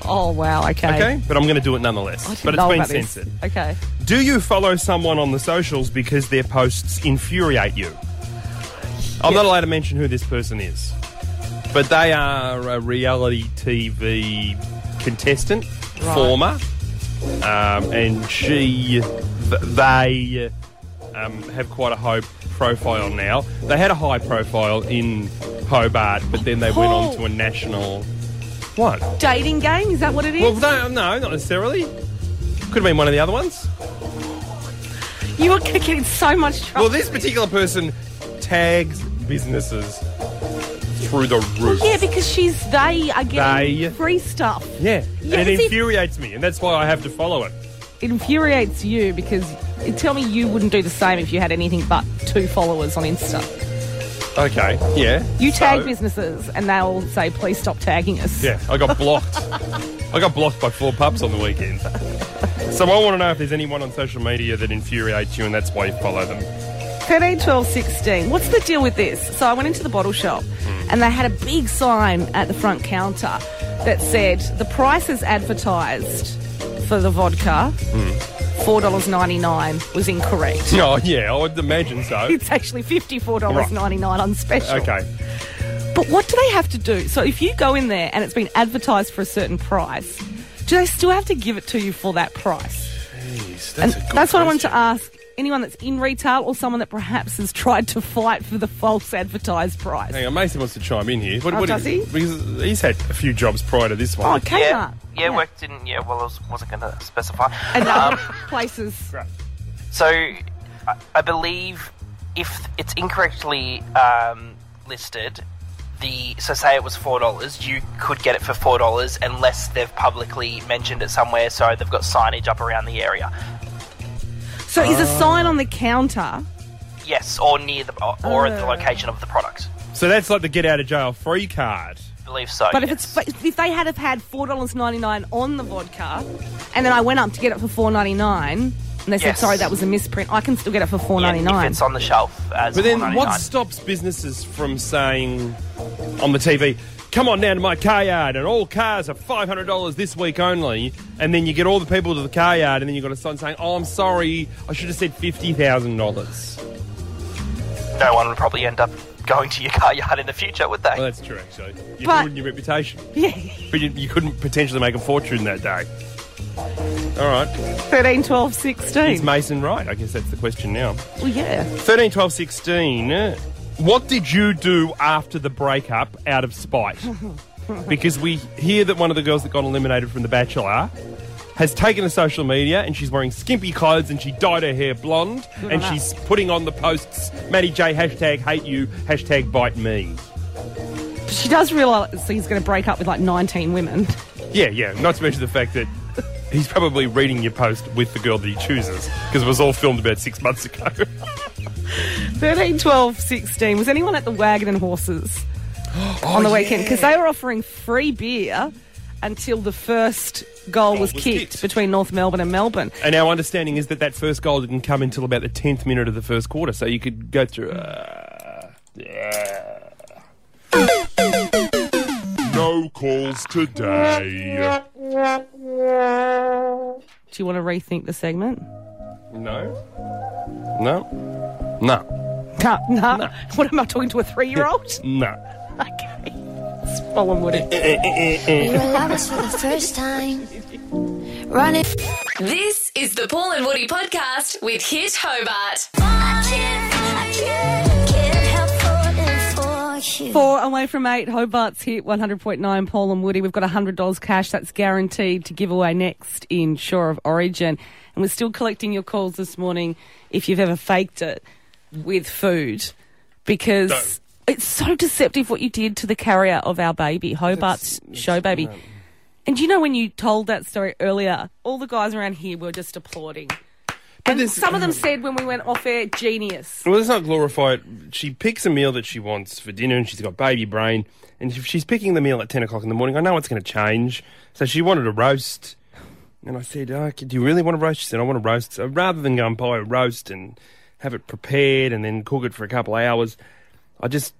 Oh, wow. Okay. okay? But I'm going to do it nonetheless. I didn't but it's know been about this. censored. Okay. Do you follow someone on the socials because their posts infuriate you? I'm not allowed to mention who this person is, but they are a reality TV contestant, former, um, and she, th- they um, have quite a high profile now. They had a high profile in Hobart, but then they went on Paul. to a national. What? Dating game? Is that what it is? Well, no, no, not necessarily. Could have been one of the other ones. you were going to get in so much Well, trouble. this particular person tags businesses through the roof. yeah, because she's they are getting They. free stuff. Yeah. Yeah, is and it it- infuriates me, and that's why I have to follow it. It infuriates you because tell me you wouldn't do the same if you had anything but two followers on Insta. Okay. Yeah. You tag So- businesses and they'll say, please stop tagging us. Yeah, I got blocked. I got blocked by four pubs on the weekend. So I want to know if there's anyone on social media that infuriates you, and that's why you follow them. 13, 12, 16. What's the deal with this? So I went into the bottle shop and they had a big sign at the front counter that said the price is advertised for the vodka. Hmm. $4.99 was incorrect. Oh, yeah, I would imagine so. It's actually $54.99 on special. Okay. But what do they have to do? So if you go in there and it's been advertised for a certain price, do they still have to give it to you for that price? that's and that's what I wanted to ask. Anyone that's in retail or someone that perhaps has tried to fight for the false advertised price. Hang on, Mason wants to chime in here. What, Oh, what- does he? Because he's had a few jobs prior to this Oh, one. Kmart. Yeah, yeah, worked in. Yeah, well, I was, wasn't going to specify. And other Um, places. So, I, I believe if it's incorrectly um, listed, the so say it was four dollars, you could get it for four dollars unless they've publicly mentioned it somewhere. So they've got signage up around the area. So is Uh, a sign on the counter. Yes, or near the or, or Oh. at the location of the product. So that's like the get out of jail free card. I believe so. But if yes. it's but if they had have had four dollars ninety nine on the vodka, and then I went up to get it for four ninety nine, and they said Yes. sorry that was a misprint, I can still get it for four Yeah, ninety if nine. it's on the shelf as But then, what $4.99. stops businesses from saying on the TV, "Come on down to my car yard, and all cars are five hundred dollars this week only"? And then you get all the people to the car yard, and then you got a sign saying, "Oh, I'm sorry, I should have said fifty thousand dollars." no one would probably end up going to your car yard in the future, would they? Well, that's true, actually. You've But- ruined your reputation, yeah. but you, you couldn't potentially make a fortune that day. All right, 13, 12, 16. is Mason right? I guess that's the question now. well, yeah. 13, 12, 16. What did you do after the breakup out of spite? Because we hear that one of the girls that got eliminated from The Bachelor has taken to social media and she's wearing skimpy clothes and she dyed her hair blonde and on her. she's putting on the posts Maddie J hashtag hate you hashtag bite me. She does realise he's going to break up with like 19 women. Yeah, yeah. Not to mention the fact that he's probably reading your post with the girl that he chooses because it was all filmed about six months ago. 13, 12, 16. Was anyone at the Wagon and Horses on the weekend? Because they were offering free beer until the first goal Oh, was, was kicked, kicked. between North Melbourne and Melbourne. And our understanding is that that first goal didn't come until about the tenth minute of the first quarter, so you could go through. Uh, yeah. calls today. Do you want to rethink the segment? No. No. No. No, no. What am I talking to a three-year-old? No. okay. It's Fallen You Woody. were lovers for the first time. Running. This is the Paul and Woody podcast with Hit Hobart. Four away from eight. Hobart's hit 100.9. Paul and Woody. We've got $100 cash. That's guaranteed to give away next in Shore of Origin. And we're still collecting your calls this morning if you've ever faked it with food because it's so deceptive what you did to the carrier of our baby, Hobart's show baby. And you know when you told that story earlier, all the guys around here were just applauding. and some of them said when we went off air, genius. Well, let's not glorify it. She picks a meal that she wants for dinner, and she's got baby brain. And if she's picking the meal at ten o'clock in the morning, I know it's going to change. So she wanted a roast, and I said, oh, "Do you really want a roast?" She said, "I want a roast." So rather than go and buy a roast and have it prepared and then cook it for a couple of hours, I just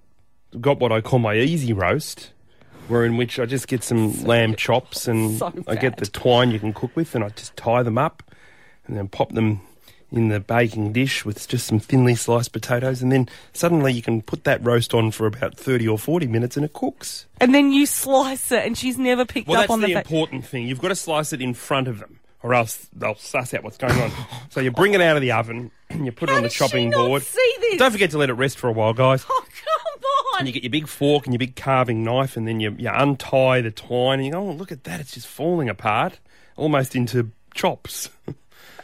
got what I call my easy roast, where in which I just get some lamb chops and So I get the twine you can cook with, and I just tie them up and then pop them in the baking dish with just some thinly sliced potatoes, and then suddenly you can put that roast on for about thirty or forty minutes, and it cooks. And then you slice it, and she's never picked Well, up that's on the, the fact. important thing. You've got to slice it in front of them, or else they'll suss out what's going on. so you bring it out of the oven and you put it on the chopping board. see this? Don't forget to let it rest for a while, guys. Oh, Come And you get your big fork and your big carving knife, and then you, you untie the twine, and you go, "Oh, look at that! It's just falling apart, almost into chops."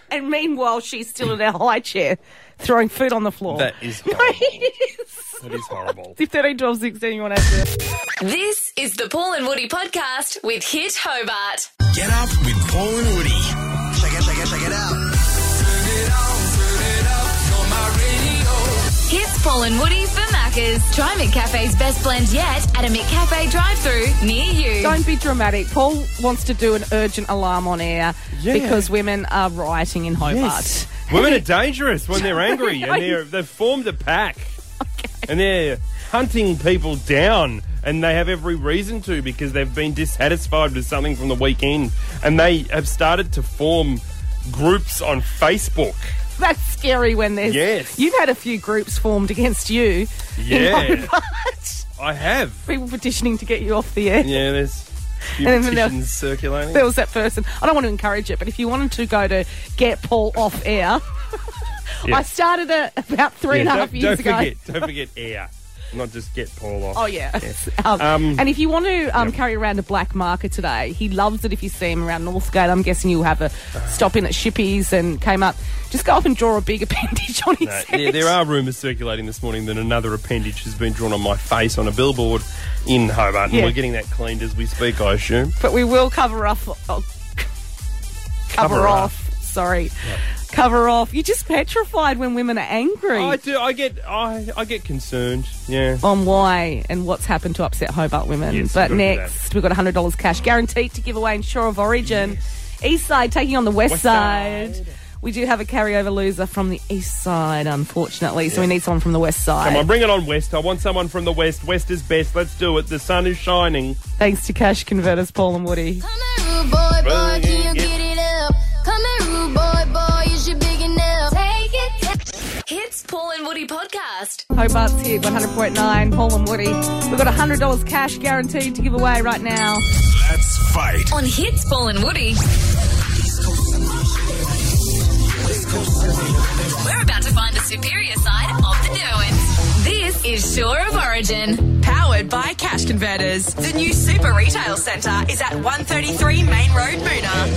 And meanwhile, she's still in her high chair, throwing food on the floor. That is no, it is. That is horrible. If 13, 12, 16, you want to have to. This is the Paul and Woody podcast with Hit Hobart. Get up with Paul and Woody. Check it, check it, check it out. Hits Paul and Woody for Maccas. Try McCafe's best blend yet at a McCafe drive through near you. Don't be dramatic. Paul wants to do an urgent alarm on air Yeah. because women are rioting in Hobart. Women are dangerous when they're angry I- and they're, they've formed a pack. And they're hunting people down. And they have every reason to because they've been dissatisfied with something from the weekend. And they have started to form groups on Facebook. That's scary when there's. Yes. You've had a few groups formed against you. in Yeah. Hobart. I have. People petitioning to get you off the air. Yeah, there's a few And then there- petitions circulating. There was that person. I don't want to encourage it, but if you wanted to go to get Paul off air, Yeah. I started it about three and a Yeah, half don't, don't years ago. Forget, don't forget air. Not just get Paul off. Oh yeah. Um, Um, and if you want to um, carry around a black marker today, he loves it if you see him around Northgate. I'm guessing you'll have a stop in at Shippies and came up. Just go up and draw a big appendage on his No, head. there, there are rumours circulating this morning that another appendage has been drawn on my face on a billboard in Hobart, and Yeah. we're getting that cleaned as we speak, I assume. But we will cover off. Oh, cover, Cover off. Sorry. Cover off. You're just petrified when women are angry. I do. I get. I, I get concerned. Yeah. on why and what's happened to upset Hobart women. Yes, but we've got to do next, we've got $100 cash guaranteed to give away in Shore of Origin. East side taking on the west, West side. We do have a carryover loser from the east side, unfortunately, so we need someone from the west side. Come on, bring it on, West. I want someone from the West. West is best. Let's do it. The sun is shining. Thanks to cash converters Paul and Woody. rude boy, boy, can you get it up? Come here, rude boy, boy, is you big enough? Take it. Hits Paul and Woody podcast. Hobart's here, 100.9, Paul and Woody. We've got $100 cash guaranteed to give away right now. Let's fight. On Hits Paul and Woody. We're about to find the superior side of the Derwents. This is Shore of Origin. Powered by Cash Converters. The new Super Retail Centre is at 133 Main Road, Moona.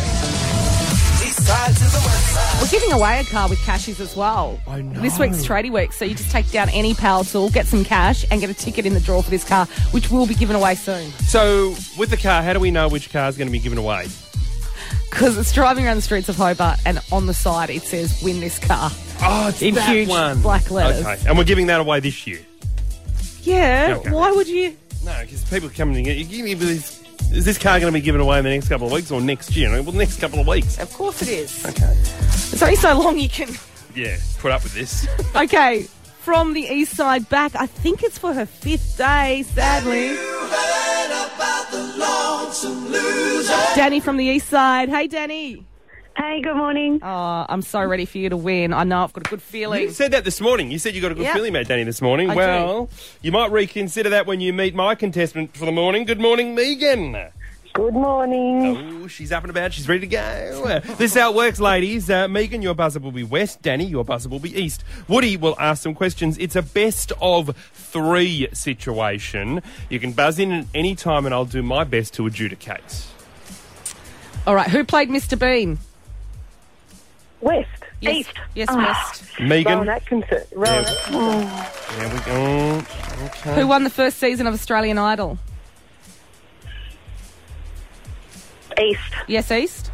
We're giving away a car with cashies as well. I know. This week's tradie week, so you just take down any power tool, get some cash, and get a ticket in the draw for this car, which will be given away soon. So, with the car, how do we know which car is going to be given away? Because it's driving around the streets of Hobart, and on the side it says, win this car. Oh, it's In that huge one. black letters. Okay, and we're giving that away this year. Yeah, Okay. why would you? No, because people coming in. You give me this. Is this car going to be given away in the next couple of weeks or next year? And I go, Well, next couple of weeks. Of course it is. Okay. It's only so long you can. Yeah, put up with this. Okay, from the east side back, I think it's for her fifth day, sadly. Heard about the lonesome loser. Danny from the east side. Hey, Danny. Hey, good morning. Oh, I'm so ready for you to win. I know I've got a good feeling. You said that this morning. You said you got a good Yep. feeling about Danny this morning. I well, you might reconsider that when you meet my contestant for the morning. Good morning, Megan. Good morning. Oh, she's up and about. She's ready to go. this is how it works, ladies. Uh, Megan, your buzzer will be west. Danny, your buzzer will be east. Woody will ask some questions. It's a best of three situation. You can buzz in at any time, and I'll do my best to adjudicate. All right, who played Mr. Bean? West. Yes. East. Yes, Ah. West. Megan. Rowan Atkinson. Rowan Atkinson. There we go. Okay. Who won the first season of Australian Idol? East. Yes, East.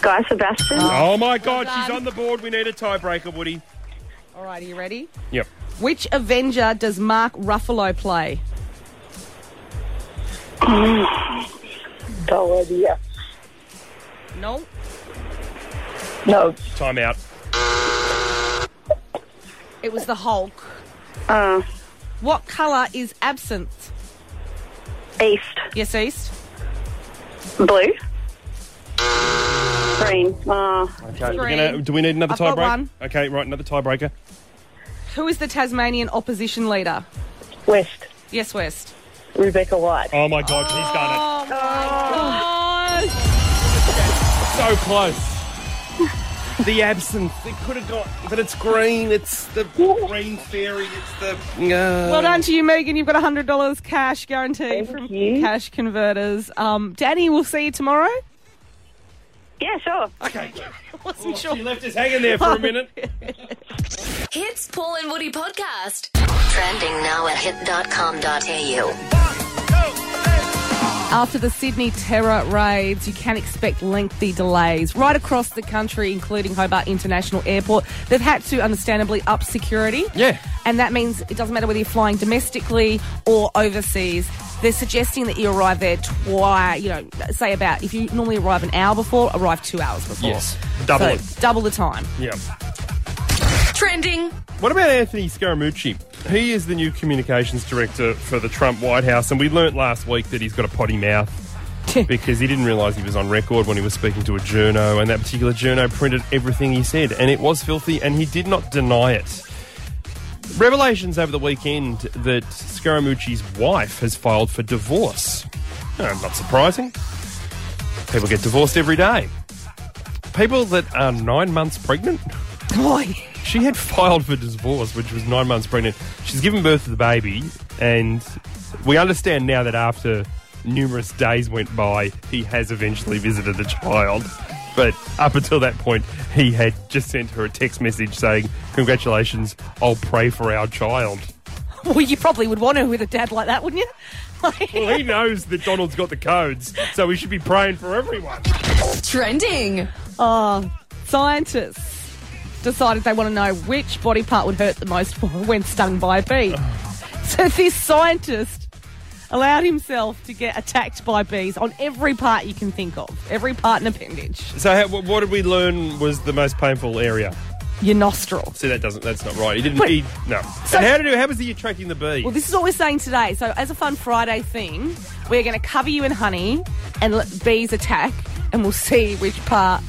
Guy Sebastian. Oh my God, she's on the board. We need a tiebreaker, Woody. All right, are you ready? Yep. Which Avenger does Mark Ruffalo play? No idea. No. No. Time out. It was the Hulk. Uh, What colour is absinthe? East. Yes, East. Blue. Green. Uh, Okay, we're Three. gonna, do we need another I've got tiebreaker? one. Okay, right, another tiebreaker. Who is the Tasmanian opposition leader? West. Yes, West. Rebecca White. Oh my God, he's done Oh my gosh. it. So close. the absinthe. It could have got, but it's green. It's the green fairy. It's the. uh. Well done to you, Megan. You've got $100 cash guaranteed from Cash Converters. Um, Danny, we'll see you tomorrow. Yeah, sure. Okay. wasn't sure. She left us hanging there for a minute. Hits Paul and Woody podcast. Trending now at hit.com.au. After the Sydney terror raids, you can expect lengthy delays right across the country, including Hobart International Airport. They've had to, understandably, up security. Yeah. And that means it doesn't matter whether you're flying domestically or overseas. They're suggesting that you arrive there twi you know, say about if you normally arrive an hour before, arrive two hours before. Yes. Double So, double the time. Yep. Trending. What about Anthony Scaramucci? He is the new communications director for the Trump White House, and we learnt last week that he's got a potty mouth because he didn't realise he was on record when he was speaking to a journo, and that particular journo printed everything he said, and it was filthy, and he did not deny it. Revelations over the weekend that Scaramucci's wife has filed for divorce. Uh, not surprising. People get divorced every day. People that are nine months pregnant. Boy. She had filed for divorce, which was nine months pregnant. She's given birth to the baby, and we understand now that after numerous days went by, he has eventually visited the child. But up until that point, he had just sent her a text message saying, Congratulations, I'll pray for our child. Well, you probably would want to with a dad like that, wouldn't you? Well, he knows that Donald's got the codes, so we should be praying for everyone. Trending. Oh, scientists decided they want to know which body part would hurt the most when stung by a bee. So this scientist allowed himself to get attacked by bees on every part you can think of, every part and appendage. So, how, what did we learn was the most painful area? Your nostril. See, that doesn't. That's not right. He didn't. But- he, no. So, how did he, how was he attracting the bee? Well, this is what we're saying today. So, as a fun Friday thing, we're going to cover you in honey and let bees attack, and we'll see which part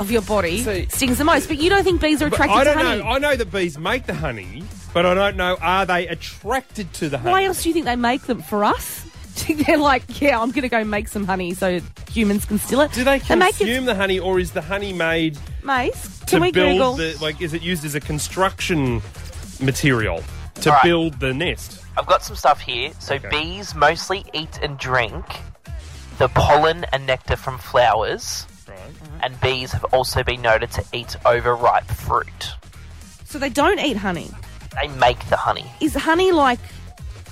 of your body stings the most. But you don't think bees are But attracted I don't to honey? know. I know that bees make the honey, but I don't know are they attracted to the honey? Why else do you think they make them for us? They're like, yeah, I'm going to go make some honey so humans can steal it. Do they make it Consume the honey, or is the honey made mace? to Can we build Google? the like? Is it used as a construction material to All right. build the nest? I've got some stuff here. So bees mostly eat and drink the pollen and nectar from flowers. Mm-hmm. And bees have also been noted to eat overripe fruit. So they don't eat honey. They make the honey. Is honey like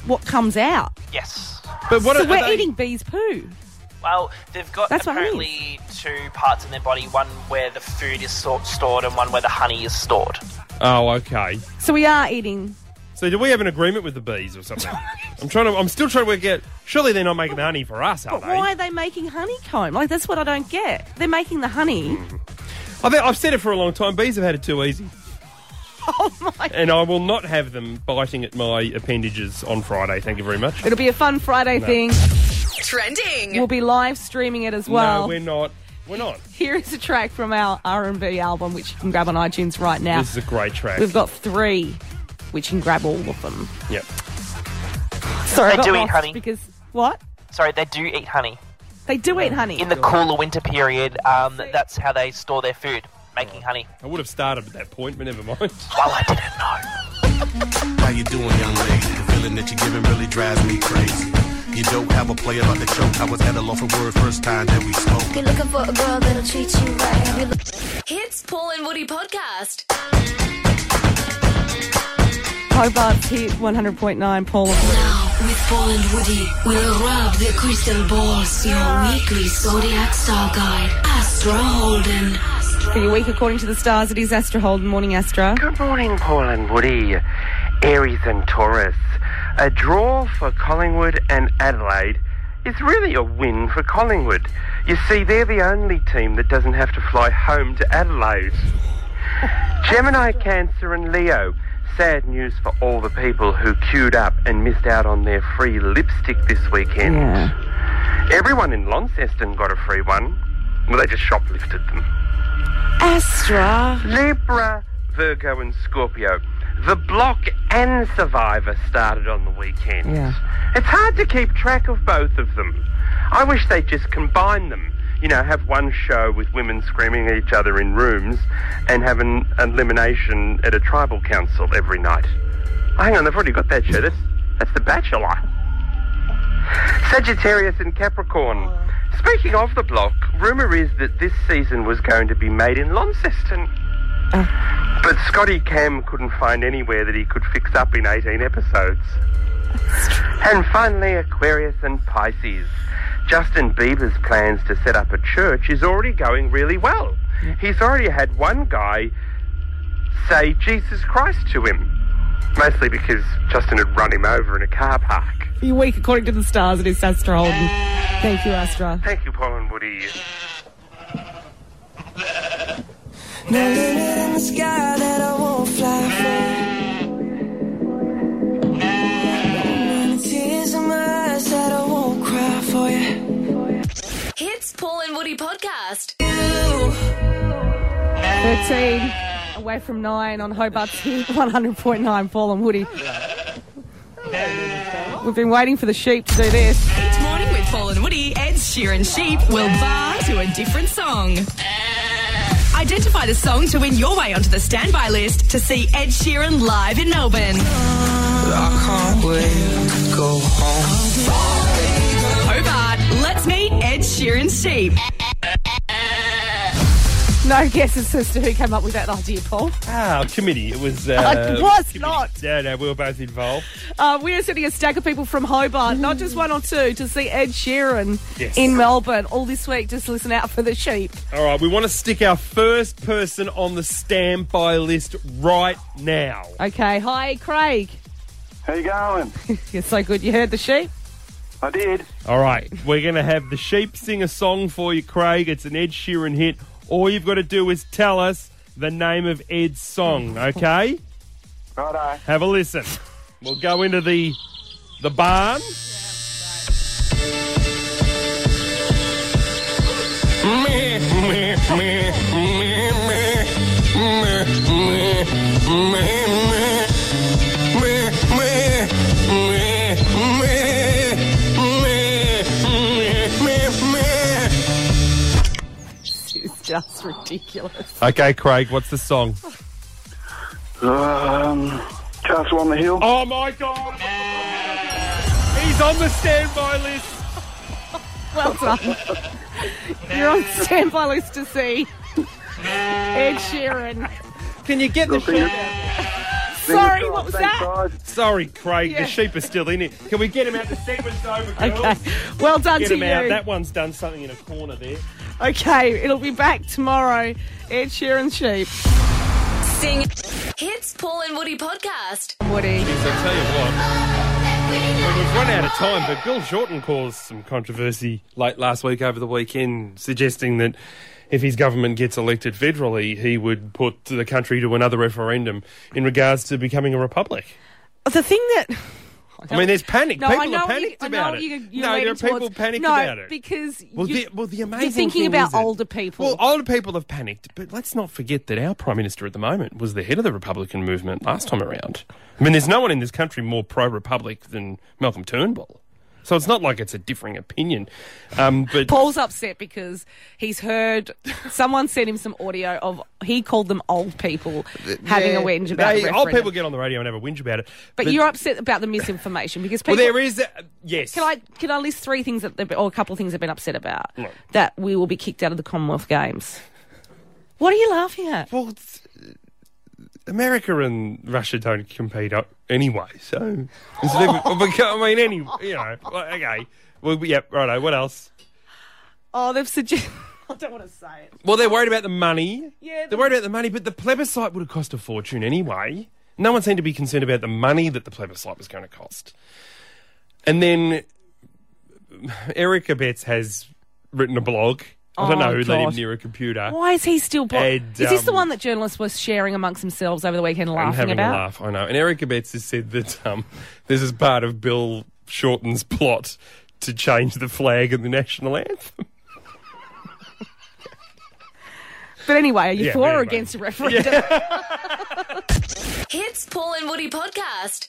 what comes out? Yes. so we're eating bees' poo. Well, they've got That's what it apparently two parts in their body: one where the food is sort- stored, and one where the honey is stored. Oh, okay. So we are eating. So do we have an agreement with the bees or something? I'm trying to. I'm still trying to work out. Surely they're not making the honey for us, are But they? why are they making honeycomb? Like that's what I don't get. They're making the honey. I think I've said it for a long time. Bees have had it too easy. Oh my! And I will not have them biting at my appendages on Friday. Thank you very much. It'll be a fun Friday No. thing. Trending. We'll be live streaming it as well. No, we're not. We're not. Here is a track from our R&B album, which you can grab on iTunes right now. This is a great track. We've got three, which you can grab all of them. Yep. Sorry, I they got do eat lost honey. Because what? Sorry, they do eat honey. They do eat honey. In the cooler winter period, um, that's how they store their food, making honey. I would have started at that point, but never mind. Well, I didn't know. How you doing, young lady? The feeling that you're giving really drives me crazy. You don't have a play about the choke. I was at a loss for words first time that we spoke. You're looking for a girl that'll treat you right. You're look- Hits Paul and Woody podcast. Hobart's hit 100.9, Paul. and- With Paul and Woody, we'll rub the crystal balls. Your weekly zodiac star guide, Astro Holden. For your week according to the stars, it is Astra Holden. Morning, Astra. Good morning, Paul and Woody, Aries and Taurus. A draw for Collingwood and Adelaide is really a win for Collingwood. You see, they're the only team that doesn't have to fly home to Adelaide. Gemini, Cancer, and Leo. Sad news for all the people who queued up and missed out on their free lipstick this weekend. Everyone in Launceston got a free one. Well, they just shoplifted them. Astra. Libra, Virgo, and Scorpio. The Block and Survivor started on the weekend. Yeah. It's hard to keep track of both of them. I wish they'd just combine them. You know, have one show with women screaming at each other in rooms and have an elimination at a tribal council every night. Oh, hang on, they've already got that show. That's, that's The Bachelor. Sagittarius and Capricorn. Speaking of the block, rumour is that this season was going to be made in Launceston. But Scotty Cam couldn't find anywhere that he could fix up in 18 episodes. And finally, Aquarius and Pisces. Justin Bieber's plans to set up a church is already going really well. He's already had one guy say Jesus Christ to him, mostly because Justin had run him over in a car park. For your week according to the stars, it is Astra Holden. Thank you, Astra. Thank you, Paul and Woody. Nothing in the sky that I won't fly for. Many tears in my eyes that I won't cry for you. Hits Paul and Woody podcast. 13 away from 9 on Hobart's hit 100.9, Paul and Woody. We've been waiting for the sheep to do this. Each morning with Paul and Woody, Ed Sheeran Sheep will bar to a different song. Identify the song to win your way onto the standby list to see Ed Sheeran live in Melbourne. I can't wait to go home. Hobart, let's meet Ed Sheeran Sheep. No guesses as to who came up with that idea, Paul. Ah, committee. It was. Uh, It was not. Yeah, no, we were both involved. Uh, we are sending a stack of people from Hobart, not just one or two, to see Ed Sheeran Yes. in Melbourne all this week. Just listen out for the sheep. All right, we want to stick our first person on the standby list right now. Okay, hi Craig. How you going? You're so good. You heard the sheep? I did. All right, we're going to have the sheep sing a song for you, Craig. It's an Ed Sheeran hit. All you've got to do is tell us the name of Ed's song, okay? Righto. Have a listen. We'll go into the the barn. Meh, meh, meh, meh, meh, meh, meh, meh, meh. Meh, meh, meh, meh, meh, meh, meh, meh. It's just ridiculous. Okay, Craig, what's the song? Um, Castle on the Hill. Oh my God! He's on the standby list. Well done. You're on standby list to see Ed Sheeran. Can you get the sheep? Sorry, what was that? Sorry, Craig. Yeah. The sheep are still in it. Can we get him out? The segment's over, girls. Okay, well done get to him out. you. That one's done something in a corner there. Okay, it'll be back tomorrow. Ed Sheeran sheep. Sing Hits Paul and Woody podcast. Woody. Jeez, I tell you what. Well, We've run out of time, but Bill Shorten caused some controversy late last week over the weekend, suggesting that if his government gets elected federally, he would put the country to another referendum in regards to becoming a republic. The thing that I I mean, there's panic. No, people I know are what you- panicked I know about what it. you- you're no, there leaning are people towards. panicked No, about it. because well, you- the, well, the you're amazing thinking thing about is that- older people. Well, older people have panicked, but let's not forget that our prime minister at the moment was the head of the Republican movement last time around. I mean, there's no one in this country more pro-republic than Malcolm Turnbull. So it's not like it's a differing opinion. Um, but Paul's upset because he's heard someone sent him some audio of he called them old people having Yeah, a whinge about they- the Old referendum. people get on the radio and have a whinge about it. But, you're upset about the misinformation because Well, people. there is uh, yes. Can I can I list three things that they've- or a couple of things I've been upset about No. that we will be kicked out of the Commonwealth Games. What are you laughing at? Well, America and Russia don't compete o- anyway, so it's a different- but, I mean, any you know, well, okay. Well, yeah, righto. What else? oh, they've suggested. I don't want to say it. Well, they're worried about the money. Yeah, they're worried about the money, but the plebiscite would have cost a fortune anyway. No one seemed to be concerned about the money that the plebiscite was going to cost. And then Erica Betts has written a blog. I don't Oh, know who let him God. near a computer. Why is he still? Bo- And, is this the um, one that journalists were sharing amongst themselves over the weekend, I'm laughing having about? a laugh. I know. And Erica Betts has said that um, this is part of Bill Shorten's plot to change the flag and the national anthem. But anyway, are you Yeah, for or anyway. against a referendum? Hits Paul and Woody podcast.